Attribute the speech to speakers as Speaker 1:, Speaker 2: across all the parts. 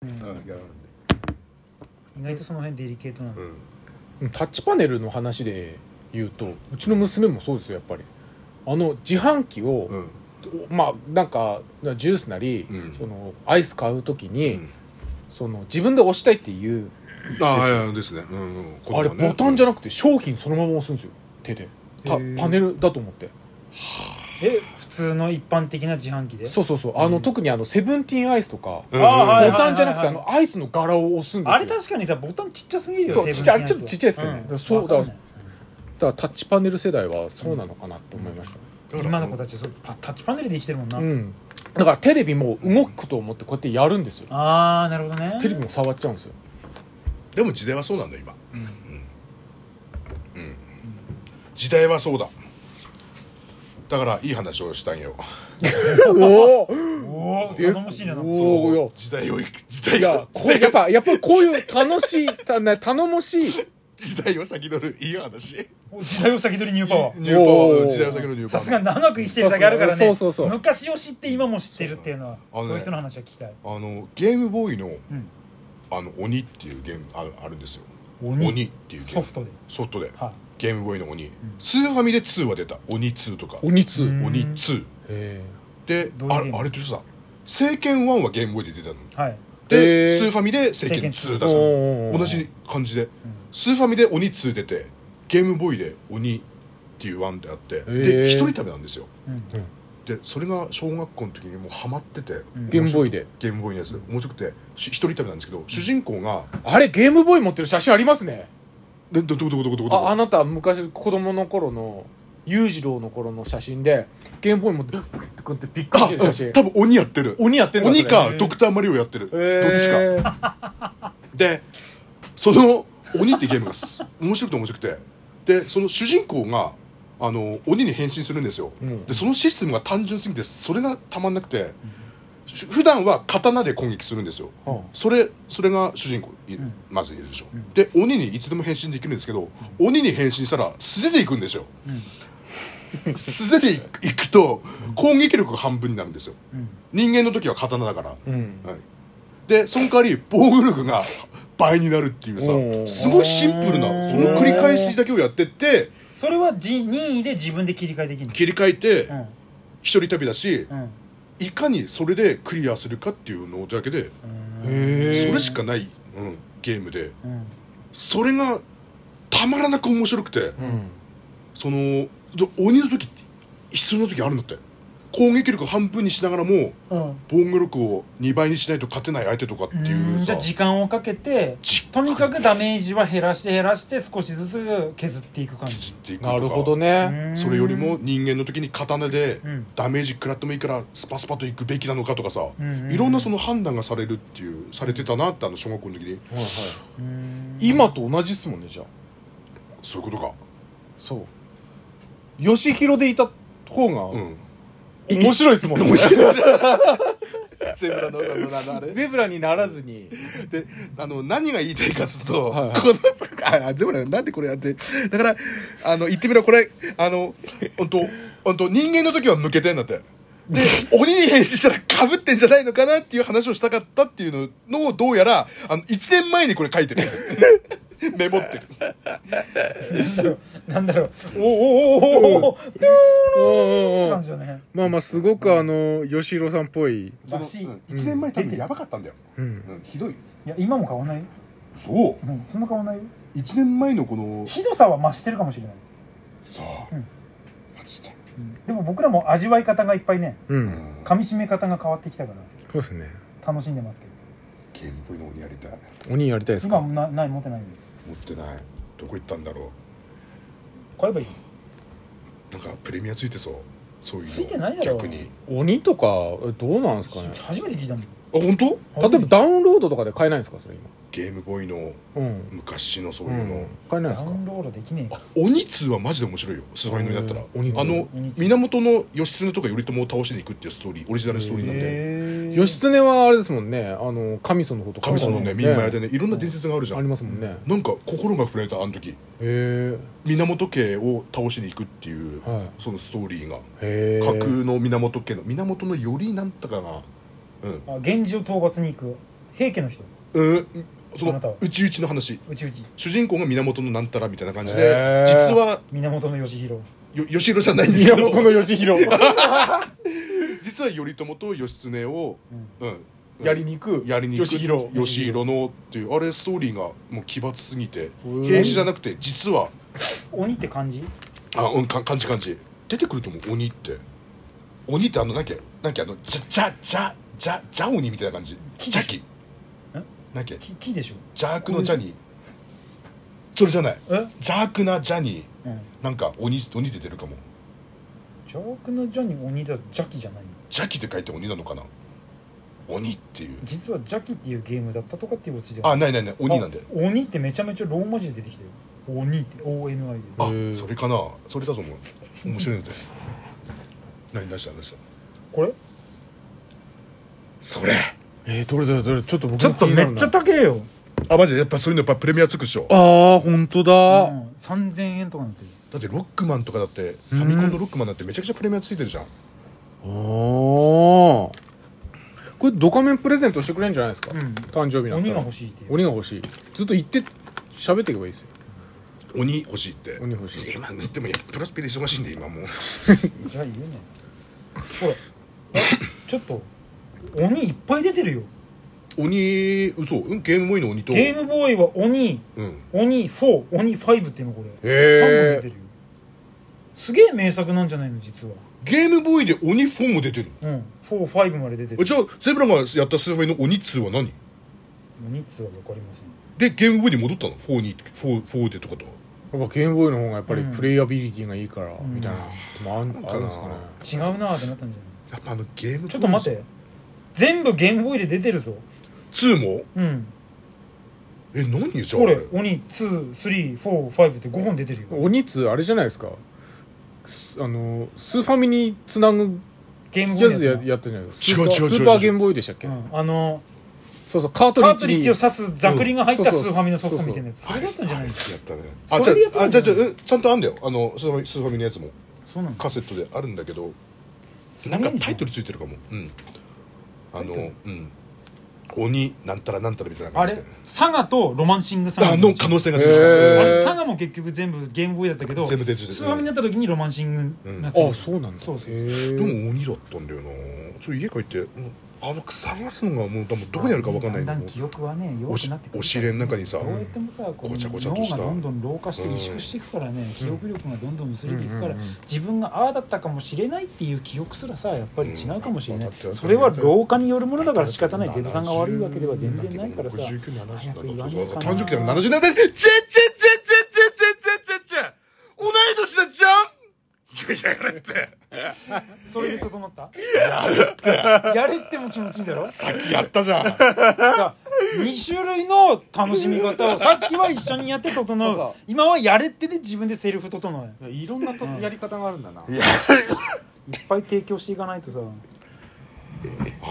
Speaker 1: はいやるんで
Speaker 2: 意外とその辺デリケートなんで、
Speaker 1: うん
Speaker 3: タッチパネルの話で言うとうちの娘もそうですよやっぱりあの自販機を、
Speaker 1: うん
Speaker 3: まあなんかジュースなり、
Speaker 1: うん
Speaker 3: そのアイス買うときに、
Speaker 1: うん
Speaker 3: その自分で押したいっていう
Speaker 1: あはいはいですねうんうん
Speaker 3: あれボタンじ
Speaker 1: ゃ
Speaker 3: ゃなくて商品そのまま押すんですよ手でた
Speaker 2: へー
Speaker 3: パネルだと思って
Speaker 2: え普通の一般的な自販機で
Speaker 3: そうそうそうあ
Speaker 2: う
Speaker 3: の、
Speaker 2: ん
Speaker 3: 特にあのセブンティーンアイスとか
Speaker 1: うんうん
Speaker 3: ボ
Speaker 1: うん
Speaker 2: あーはいはい
Speaker 3: タンじゃなくてあのアイスの柄を押すんですよ
Speaker 2: あれ確かにさボタンちっちゃすぎるよ
Speaker 3: そ
Speaker 2: 成
Speaker 3: う
Speaker 2: 分
Speaker 3: ちっちゃいあれちょっとちっちゃいですけどね
Speaker 2: ん
Speaker 3: そうだ
Speaker 2: わかんない
Speaker 3: だからタッチパネル世代はそうなのかなって思いました、
Speaker 2: 今の子たちそうパタッチパネルで生きてるもんな、
Speaker 3: うん、だからテレビも動くと思ってこうやってやるんですよ
Speaker 2: ああなるほどね
Speaker 3: テレビも触っちゃうんですよ
Speaker 1: でも時代はそうなんだ今
Speaker 2: うん
Speaker 1: うん、時代はそうだだからいい話をしたんよ
Speaker 3: おお
Speaker 2: おお頼もしいななんかそう
Speaker 3: おー
Speaker 1: 時代を時代
Speaker 3: いや
Speaker 1: が
Speaker 3: こうやっぱやっぱこういう楽しいたな頼もしい
Speaker 1: 時代を先取るいい話
Speaker 2: お時代を先取りニューパワー
Speaker 1: ニューパワ
Speaker 3: お
Speaker 1: ー
Speaker 3: ー
Speaker 1: 時代を先取るニューパワー
Speaker 2: さすが長く生きてるだけあるからね
Speaker 3: そうそうそうそう
Speaker 2: 昔を知って今も知ってるっていうのは
Speaker 1: あの
Speaker 2: そ
Speaker 1: ね
Speaker 2: ういう人の話は聞きたい
Speaker 1: あのゲームボーイの
Speaker 2: うん
Speaker 1: 「あの鬼」っていうゲームあるあるんですよ「
Speaker 2: 鬼
Speaker 1: 鬼」っていうゲー
Speaker 2: ソ
Speaker 1: ム
Speaker 2: フトで
Speaker 1: ソフトで
Speaker 2: は
Speaker 1: ゲームボーイの「鬼」スーファミで2は出た「鬼2」とか
Speaker 3: 鬼つ
Speaker 1: 「
Speaker 2: うん
Speaker 1: 鬼2
Speaker 3: へえ」
Speaker 1: で
Speaker 2: どういう
Speaker 1: あ
Speaker 2: ゲーム
Speaker 1: あれと一緒だ「聖剣1」はゲームボーイで出たの
Speaker 2: いはい
Speaker 1: で
Speaker 3: へー
Speaker 1: スーファミで「聖剣2」だから同
Speaker 3: 同
Speaker 1: じ感じで
Speaker 2: うん
Speaker 1: スーファミで鬼2出てゲームボーイで鬼っていう1ってあって
Speaker 3: へ
Speaker 1: で
Speaker 3: ー
Speaker 1: 一人旅なんですよ
Speaker 2: うん
Speaker 1: でそれが小学校の時にもうハマってて
Speaker 2: うん
Speaker 3: ゲームボーイで
Speaker 1: ゲームボーイのやつで面白くてし一人旅なんですけど主人公が
Speaker 3: あれゲームボーイ持ってる写真ありますね
Speaker 1: でどどこどこどこどこど
Speaker 3: ああ
Speaker 1: こ
Speaker 3: なた昔子供の頃の裕次郎の頃の写真でゲームボーイ持ってるってこうやってびっくりしてる写真
Speaker 1: 多分鬼やってる
Speaker 3: 鬼やってんだ
Speaker 1: 鬼
Speaker 2: そ
Speaker 1: か
Speaker 2: れ
Speaker 1: ドクターマリオやってる
Speaker 3: ど
Speaker 1: どっちか
Speaker 3: か
Speaker 1: でその鬼ってゲームがす面白くて面白くてでその主人公があの鬼に変身するんですよ
Speaker 3: うん
Speaker 1: でそのシステムが単純すぎてそれがたまんなくてし普段は刀で攻撃するんですよ
Speaker 3: は
Speaker 1: それそれが主人公い
Speaker 2: うん
Speaker 1: まずいるでしょ、
Speaker 2: うん
Speaker 1: で鬼にいつでも変身できるんですけど、鬼に変身したら素手でいくん ですよ
Speaker 2: うん
Speaker 1: 素手でいくいくと攻撃力が半分になるんですよ
Speaker 2: うん
Speaker 1: 人間の時は刀だから、
Speaker 3: うん
Speaker 1: はい、でその代わり防御力が倍になるっていうさ
Speaker 3: おー
Speaker 1: すごいシンプルなその繰り返しだけをやってって
Speaker 2: それはじ任意で自分で切り替えできるの
Speaker 1: 切り替えて
Speaker 2: うん
Speaker 1: 一人旅だし
Speaker 2: うん
Speaker 1: いかにそれでクリアするかっていうのだけで
Speaker 2: うん
Speaker 3: へー
Speaker 1: それしかない、うん、ゲームで
Speaker 2: うん
Speaker 1: それがたまらなく面白くて
Speaker 3: うん
Speaker 1: そのど鬼の時って必要な時あるんだって攻撃力半分にしながらも防御力を2倍にしないと勝てない相手とかって
Speaker 2: う
Speaker 1: い
Speaker 2: ん
Speaker 1: う
Speaker 2: じゃ
Speaker 1: さ
Speaker 2: あ時間をかけて
Speaker 1: じっ
Speaker 2: とにかくダメージは減らして減らして少しずつ削っていく感
Speaker 1: 削
Speaker 2: じ
Speaker 1: っていく
Speaker 3: なるほ
Speaker 1: と
Speaker 3: ど
Speaker 1: か
Speaker 3: ね
Speaker 1: それよりも人間の時に刀で
Speaker 2: うん
Speaker 1: ダメージ食らってもいいからスパスパといくべきなのかとかさ
Speaker 2: うんうん
Speaker 1: いろんなその判断がされるっていうされてたなってあの小学校の時に
Speaker 3: はいはい
Speaker 2: うん
Speaker 3: 今と同じっすもんねじゃあ
Speaker 1: そういうことか
Speaker 3: そう吉弘でいた方が
Speaker 1: うん
Speaker 3: 面白いっすもんね
Speaker 1: 面白い ゼブラのあのあれ
Speaker 3: ゼブラにならずに
Speaker 1: であの何が言いたいかすると、
Speaker 3: はいはい
Speaker 1: このああゼブラなんでこれやってだからあの言ってみろこれあの本当本当人間の時は向けてんだってで鬼に変身したらかぶってんじゃないのかなっていう話をしたかったっていうのをどうやらあの1年前にこれ書いて るメモってる
Speaker 2: なんだろうおおおおおおおって
Speaker 3: うんうんう
Speaker 2: 感
Speaker 3: ん
Speaker 2: じよね
Speaker 3: まあまあすごくあの吉弘さんっぽい
Speaker 1: その、
Speaker 2: らしい
Speaker 1: 1年前多分やばかったんだよ、
Speaker 3: うん
Speaker 1: うん、ひどい
Speaker 2: いや今も変わんないよ
Speaker 1: そう
Speaker 2: うんそんな変わんないよ
Speaker 1: 1年前のこの
Speaker 2: ひどさは増してるかもしれない
Speaker 1: さあ、
Speaker 2: うん
Speaker 1: マジで
Speaker 2: うんでも僕らも味わい方がいっぱいね
Speaker 3: うん
Speaker 2: 噛み締め方が変わってきたから
Speaker 3: そうですね
Speaker 2: 楽しんでますけど
Speaker 1: ゲームボーイの鬼やりたい
Speaker 3: 鬼やりたいです
Speaker 2: 今
Speaker 3: か
Speaker 2: はなない持ってないんで
Speaker 1: 持ってないどこ行ったんだろう
Speaker 2: 買えばいい
Speaker 1: なんかプレミアついてそうそういうの
Speaker 2: ついてないだろ
Speaker 1: 逆に
Speaker 3: 鬼とかえどうなんですかね
Speaker 2: 初めて聞いたもん
Speaker 1: あ本当
Speaker 3: 例えばダウンロードとかで買えないんですかそれ
Speaker 1: ゲームボーイの
Speaker 3: 今うん
Speaker 1: 昔のそう
Speaker 3: う
Speaker 1: いうの、
Speaker 3: ん買えないん
Speaker 2: ダ
Speaker 3: で
Speaker 2: ウ
Speaker 3: すか
Speaker 2: ンロードできねえか
Speaker 1: あ鬼2はマジで面白いよスパイのだったら
Speaker 3: うん鬼2
Speaker 1: あの
Speaker 2: 鬼2
Speaker 1: 源の義経とか頼朝を倒しに行くっていうストーリーオリジナルストーリーなんで
Speaker 2: へえ
Speaker 3: 義経はあれですもんねあの神祖のこと
Speaker 1: 神様のね
Speaker 3: 神
Speaker 1: 民
Speaker 3: 祖
Speaker 1: 間屋でねいろんな伝説があるじゃ
Speaker 3: あり
Speaker 1: ん
Speaker 3: ますもんね
Speaker 1: なんか心が震えたあの時
Speaker 3: へ
Speaker 1: 源家を倒しに行くっていう
Speaker 3: えはい
Speaker 1: そのストーリーが
Speaker 3: へえ
Speaker 1: 架空の源家の源の頼なんとかがうん
Speaker 2: あ源氏を討伐に行く平家の人
Speaker 1: うんそ
Speaker 2: あなたは
Speaker 1: のうちうちの話
Speaker 2: うちうち
Speaker 1: 主人公が源のなんたらみたいな感じ
Speaker 3: へ
Speaker 1: で
Speaker 3: ー
Speaker 1: 実は
Speaker 2: 源義弘
Speaker 1: よ義弘じゃないんですけど
Speaker 3: 源 義弘
Speaker 1: 実は頼朝と義経を、うん
Speaker 3: やりに行く
Speaker 1: やりに行く
Speaker 3: 義弘
Speaker 1: 義弘のっていうあれストーリーがもう奇抜すぎて
Speaker 3: うん
Speaker 1: 兵士じゃなくて実は
Speaker 2: 鬼って感じ
Speaker 1: あうんか感じ感じ出てくると思う鬼って鬼ってあのなんかなんかあのじゃじゃじゃじゃじゃ鬼みたいな感じ
Speaker 2: 木
Speaker 1: ジャキ
Speaker 2: え
Speaker 1: なんか
Speaker 2: 木木でしょ
Speaker 1: 邪悪のジャニーそれじゃない
Speaker 2: え
Speaker 1: 邪悪なジャニー
Speaker 2: うん
Speaker 1: なんか鬼鬼出てるかも
Speaker 2: 邪悪の邪に鬼だ邪気じゃないの
Speaker 1: 邪気って書いて鬼なのかな鬼っていう
Speaker 2: 実は邪気っていうゲームだったとかっていうオチでは
Speaker 1: あないないない鬼なんで
Speaker 2: あ鬼ってめちゃめちゃローマ字で出てきたよ鬼って ONI で
Speaker 1: あ
Speaker 3: うん
Speaker 1: それかなそれだと思う面白いので何出した出した
Speaker 2: これ
Speaker 1: それ
Speaker 3: えー、どれだよどれちょっと僕
Speaker 2: ちょっとめっちゃ
Speaker 3: た
Speaker 2: 高えよ、
Speaker 1: あマジでやっぱそういうのやっぱプレミアつくっしょ
Speaker 3: あー本当
Speaker 2: う
Speaker 3: だ、
Speaker 2: ん、3000円とかになってる
Speaker 1: だってロックマンとかだってファミコンのロックマンだってめちゃくちゃプレミアついてるじゃん
Speaker 3: おおこれドカメンプレゼントしてくれるんじゃないですか、
Speaker 2: う
Speaker 3: 誕生日
Speaker 2: ん
Speaker 3: なん
Speaker 2: 鬼が
Speaker 3: か
Speaker 2: 欲しいっていう
Speaker 3: 鬼が欲しいずっと言って喋っていけばいいですよ
Speaker 1: 鬼欲しいって
Speaker 3: 鬼欲しい
Speaker 1: 今でもプロスピで忙しいんで今もう
Speaker 2: じゃあ言うねほらえちょっと鬼いっぱい出てるよ
Speaker 1: 鬼嘘うんゲームボーイの鬼と
Speaker 2: ゲームボーイは鬼
Speaker 1: うん
Speaker 2: 鬼4鬼5っていうのこれ3
Speaker 3: へ
Speaker 2: 本出
Speaker 3: え
Speaker 2: てるよすげえ名作なんじゃないの実は
Speaker 1: ゲームボーイで鬼4も出てる
Speaker 2: うん45まで出てる
Speaker 1: じゃあゼブラがやったスーファイの鬼2は何
Speaker 2: 鬼2は分かりません
Speaker 1: でゲームボーイに戻ったの4に4 4でとかと
Speaker 3: やっぱゲームボーイの方がやっぱり
Speaker 2: うん
Speaker 3: プレイアビリティがいいから、
Speaker 2: ん
Speaker 3: みたいなのもあん
Speaker 1: ん
Speaker 3: あ
Speaker 1: かな
Speaker 3: るんですかね
Speaker 2: 違うなーってなったんじゃな
Speaker 1: やっぱあのゲーム
Speaker 2: いちょっと待って全部ゲームボーイで出てるぞ
Speaker 1: 2も
Speaker 2: うん
Speaker 1: え何じゃあ
Speaker 2: こ
Speaker 1: あ
Speaker 2: れ
Speaker 1: れ
Speaker 2: 鬼23455って5本出てるよ
Speaker 3: 鬼つあれじゃないですかすあのスーファミにつなぐ
Speaker 2: ゲームボ
Speaker 3: や
Speaker 2: ーイ
Speaker 3: つ
Speaker 2: の
Speaker 3: で
Speaker 2: や
Speaker 3: や
Speaker 2: つな
Speaker 3: やったじゃないです
Speaker 1: 違
Speaker 3: か
Speaker 1: う
Speaker 3: ス
Speaker 1: 違
Speaker 3: ー
Speaker 1: う違
Speaker 3: パー
Speaker 1: う
Speaker 3: スーパーゲームボーイでしたっけ、
Speaker 2: うんあの
Speaker 3: そうそうカートリ
Speaker 2: カ
Speaker 3: ッ
Speaker 2: ー
Speaker 3: ジ
Speaker 2: トリッ
Speaker 3: に
Speaker 2: ジを刺すざくりが入った
Speaker 3: うん
Speaker 2: スーファミのソフト
Speaker 3: そうそ
Speaker 2: み
Speaker 3: う
Speaker 2: たいなやつそれだったんじゃな
Speaker 1: あ
Speaker 2: いで
Speaker 1: れ好
Speaker 2: すか
Speaker 1: きやったねあじ
Speaker 2: そ
Speaker 1: ゃ
Speaker 2: れでやった
Speaker 1: あ
Speaker 2: ん
Speaker 1: あ
Speaker 2: じ
Speaker 1: じ
Speaker 2: ゃ
Speaker 1: ゃ
Speaker 2: な
Speaker 1: あじゃ
Speaker 2: い
Speaker 1: あうんちゃんとあんだよあのスーファミスーファミのやつも
Speaker 2: そうなの
Speaker 1: カセットであるんだけど
Speaker 2: す
Speaker 1: な
Speaker 2: ご
Speaker 1: いん
Speaker 2: ね
Speaker 1: かタイトルついてるかもうんあ
Speaker 2: タイ
Speaker 1: のうん鬼なんたらなんたらみたいな
Speaker 2: あ
Speaker 1: 感じ
Speaker 2: れ
Speaker 1: で
Speaker 2: サガとロマンシングサガ
Speaker 1: あの可能性が出てき
Speaker 2: あ
Speaker 3: へ
Speaker 1: た
Speaker 2: れ
Speaker 3: ー
Speaker 2: サガも結局全部ゲームボーイだったけど
Speaker 1: 全部出てる
Speaker 2: スーファミになった時にロマンシングのやつ
Speaker 3: あそうなんだ
Speaker 2: そうそう
Speaker 3: へ
Speaker 1: で
Speaker 3: ー
Speaker 1: も鬼だったんだよなちょっと家帰ってうんあの探すのがもう多分どこにあるかわかんないん
Speaker 2: だ
Speaker 1: だ
Speaker 2: ん
Speaker 1: け
Speaker 2: だん
Speaker 1: ど
Speaker 2: 記憶はね弱くなってくる
Speaker 1: おしお尻の中にさ
Speaker 2: どうやってもさこう
Speaker 1: ごちゃごちゃ
Speaker 2: 脳
Speaker 1: と
Speaker 2: が
Speaker 1: した
Speaker 2: どんどん老化して
Speaker 1: うん
Speaker 2: 萎縮していくからね記憶力がどんどん薄れていくから
Speaker 3: うんうんうん
Speaker 2: 自分がああだったかもしれないっていう記憶すらさやっぱり違うかもしれない
Speaker 1: うんだって
Speaker 2: それは老化によるものだから仕方ないデブさんが悪いわけでは全然ないからさ
Speaker 1: 69、70
Speaker 2: 早く言わ
Speaker 1: だ
Speaker 2: ね
Speaker 1: そう
Speaker 2: え
Speaker 1: そ
Speaker 2: か
Speaker 1: う
Speaker 2: な
Speaker 1: 誕生日だから70年代チェチェチェチェチェチェチェチェ同い年だじゃんいややれって
Speaker 2: それで整ったやるってやれっても気持ちいいんだろ
Speaker 1: さっきやったじゃん
Speaker 2: だ から2種類の楽しみ方をさっきは一緒にやって整
Speaker 3: そう
Speaker 2: う
Speaker 3: そう
Speaker 2: 今はやれってで自分でセルフ整う
Speaker 3: いろんなとやり方があるんだな、
Speaker 2: いっぱい提供していかないとさ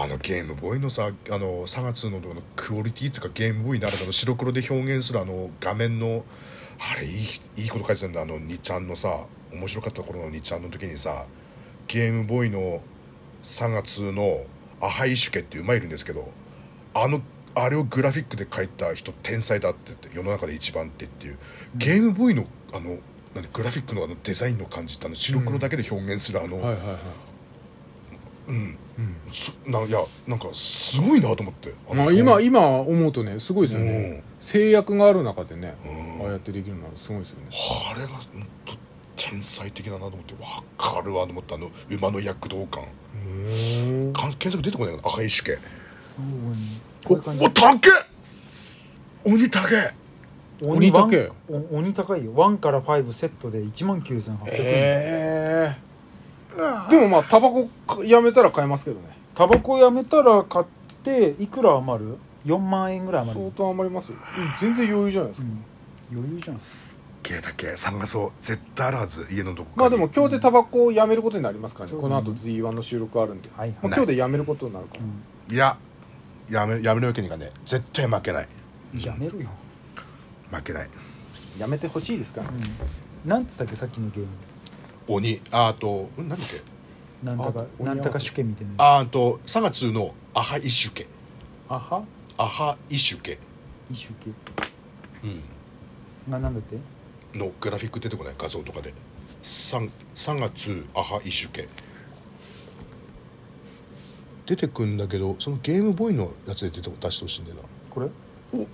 Speaker 1: あのゲームボーイのさあの3月ののクオリティつうかゲームボーイならではの白黒で表現するあの画面のあれいいいいこと書いてたんだあの2ちゃんのさ面白かった頃の2ちゃんの時にさゲームボーイの3月のアハイシュケっていう馬いるんですけどあのあれをグラフィックで書いた人天才だって言って世の中で一番ってっていうゲームボーイのあのなんでグラフィックのあのデザインの感じってあの白黒だけで表現するあの、
Speaker 3: はいはいはい、
Speaker 1: うん
Speaker 3: うん
Speaker 1: すないやなんかすごいなと思ってあの
Speaker 3: まあ、
Speaker 1: 表現
Speaker 3: 今今思うとねすごいですよね、
Speaker 1: うん
Speaker 3: 制約がある中でね
Speaker 1: うん
Speaker 3: ああやってできるのはすごいですよね
Speaker 1: あれがほんと天才的だなと思ってわかるわと思ったあの馬の躍動感か検索出てこないかな赤い主家
Speaker 2: こ
Speaker 1: お
Speaker 2: ういう感じ
Speaker 1: おたけ鬼たけ
Speaker 3: 鬼高い
Speaker 2: ワンお鬼高いよ1から5セットで1万9800円、
Speaker 3: ええでもまあタバコかやめたら買えますけどね
Speaker 2: タバコやめたら買っていくら余る ?4 万円ぐらい余
Speaker 3: 相
Speaker 2: る、
Speaker 3: 当余りますよ全然余裕じゃないです
Speaker 2: う
Speaker 3: か、
Speaker 2: ん、余裕じゃん
Speaker 1: ゲーだけ探そう絶対あるはず家のどこかに
Speaker 3: まあでも今日でタバコをやめることになりますからね、
Speaker 2: うん
Speaker 3: この後 Z1 の収録あるんで、
Speaker 2: はいはい
Speaker 3: まあ、今日でやめることになるから、
Speaker 1: いややめやめるわけにいかねえ絶対負けない
Speaker 2: うんやめろよ、
Speaker 1: 負けない
Speaker 3: やめてほしいですから、
Speaker 2: うん、なんつったっけさっきのゲーム
Speaker 1: 鬼あーとうんなんだっけ
Speaker 2: なんだか
Speaker 3: あ
Speaker 2: なんだか主権みたいな
Speaker 1: あーと3月のアハイシュケ
Speaker 3: あは
Speaker 1: アハイシュケ、
Speaker 2: 一周系
Speaker 1: うん、
Speaker 2: ななんだって
Speaker 1: のグラフィック出てこない画像とかで 3, 3月アハイシュケ出てくんだけどそのゲームボーイのやつで出て出してほしいんだよ
Speaker 2: これ
Speaker 1: な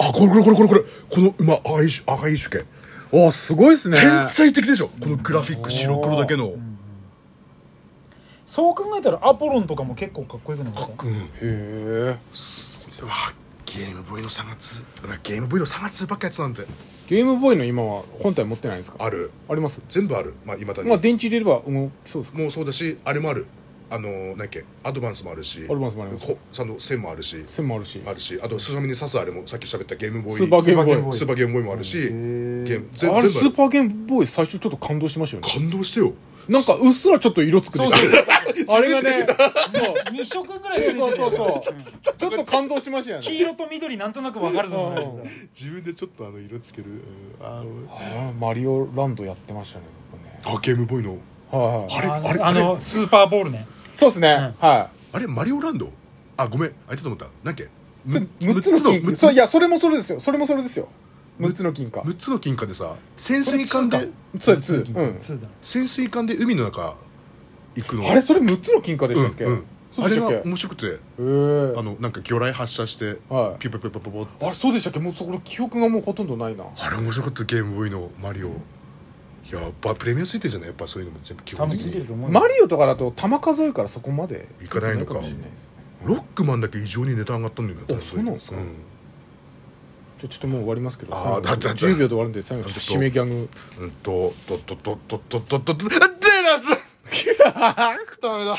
Speaker 1: あこれこれこれこれこれこの馬アハイシュアハイシュケ
Speaker 3: おすごいですね
Speaker 1: 天才的でしょこのグラフィック白黒だけの
Speaker 2: そう考えたらアポロンとかも結構かっこよくなかった
Speaker 1: うん
Speaker 3: へえ
Speaker 1: うわゲームボーイの3月うわゲームボーイの3月ばっかやつなんて
Speaker 3: ゲームボーイの今は本体持ってないんですか
Speaker 1: ある
Speaker 3: あります
Speaker 1: 全部あるまあいまだに、
Speaker 3: まあ電池入れれば動きそうですか
Speaker 1: もうそうだしあれもあるあのー、なんだっけアドバンスもあるし
Speaker 3: アドバンスもあります
Speaker 1: こその線もあるし
Speaker 3: 線もあるし
Speaker 1: あるしあとスーファミに刺すあれもさっき喋ったゲームボーイ
Speaker 3: スーパーゲームボーイ
Speaker 1: スーパーゲームボーイもあるし、
Speaker 2: へー
Speaker 1: ゲーム全
Speaker 3: あれ
Speaker 1: 全
Speaker 3: ス
Speaker 1: 部あ
Speaker 3: ー
Speaker 1: る
Speaker 3: パーゲームボーイ最初ちょっと感動しましたよ ね
Speaker 1: 感動してよ
Speaker 3: なんかうっすらちょっと色つくでしょ あれ がね
Speaker 2: 2色ぐらい出て
Speaker 3: そう
Speaker 2: る
Speaker 3: そうそうそうちょっと感動しましたよ
Speaker 2: 黄
Speaker 3: ね
Speaker 2: 色と緑なんとなくわかるぞみたいなさ
Speaker 1: 自分でちょっとあの色つけるうんあの
Speaker 3: あーマリオランドやってましたね僕ね
Speaker 1: あゲームボーイの
Speaker 3: は
Speaker 1: あ
Speaker 3: いはい
Speaker 1: れ
Speaker 2: あの
Speaker 1: あれ
Speaker 2: あのスーパーボールね
Speaker 3: そうですねは
Speaker 1: あれマリオランドあごめんあれだと思ったなんだっけ
Speaker 3: い
Speaker 1: む
Speaker 3: 6つの
Speaker 1: む
Speaker 3: 金そういやそれもそれですよそれもそれですよ
Speaker 1: む
Speaker 3: 6つの金貨
Speaker 1: 6つの金貨でさ潜水艦
Speaker 2: それ
Speaker 1: で
Speaker 2: ツー
Speaker 3: そうですうん
Speaker 2: 2だ
Speaker 1: 潜水艦で海の中行くの
Speaker 3: あれそれ6つの金貨で
Speaker 1: う
Speaker 3: し
Speaker 1: ん
Speaker 3: たっけ
Speaker 1: うん
Speaker 3: そ
Speaker 1: あ
Speaker 3: うで
Speaker 1: れ
Speaker 3: したっ
Speaker 1: が
Speaker 3: け
Speaker 1: 面白くて
Speaker 3: えー
Speaker 1: あのなんか魚雷発射して
Speaker 3: はい
Speaker 1: ピュピュピュピュピュって
Speaker 3: あれそうでしたっけもうそこの記憶がもうほとんどないな
Speaker 1: あれ面白かったゲームボーイのマリオやっぱプレミアついてるじゃないやっぱそういうのも全部基
Speaker 2: 多
Speaker 1: 本
Speaker 2: 分
Speaker 1: 的
Speaker 2: ついてる
Speaker 1: に
Speaker 2: と思うよ
Speaker 3: マリオとかだと玉数えるからそこまで
Speaker 1: いかないのか
Speaker 3: もしれないです
Speaker 1: ロックマンだけ異常にネタ上がったんだよね
Speaker 3: あそうなんですかじゃあちょっともう終わりますけど
Speaker 1: あーだだだ
Speaker 3: 10秒で終わるんで最後
Speaker 1: ちょっと
Speaker 3: 締めギャグ
Speaker 1: うんうんととととととととととでなずダメだ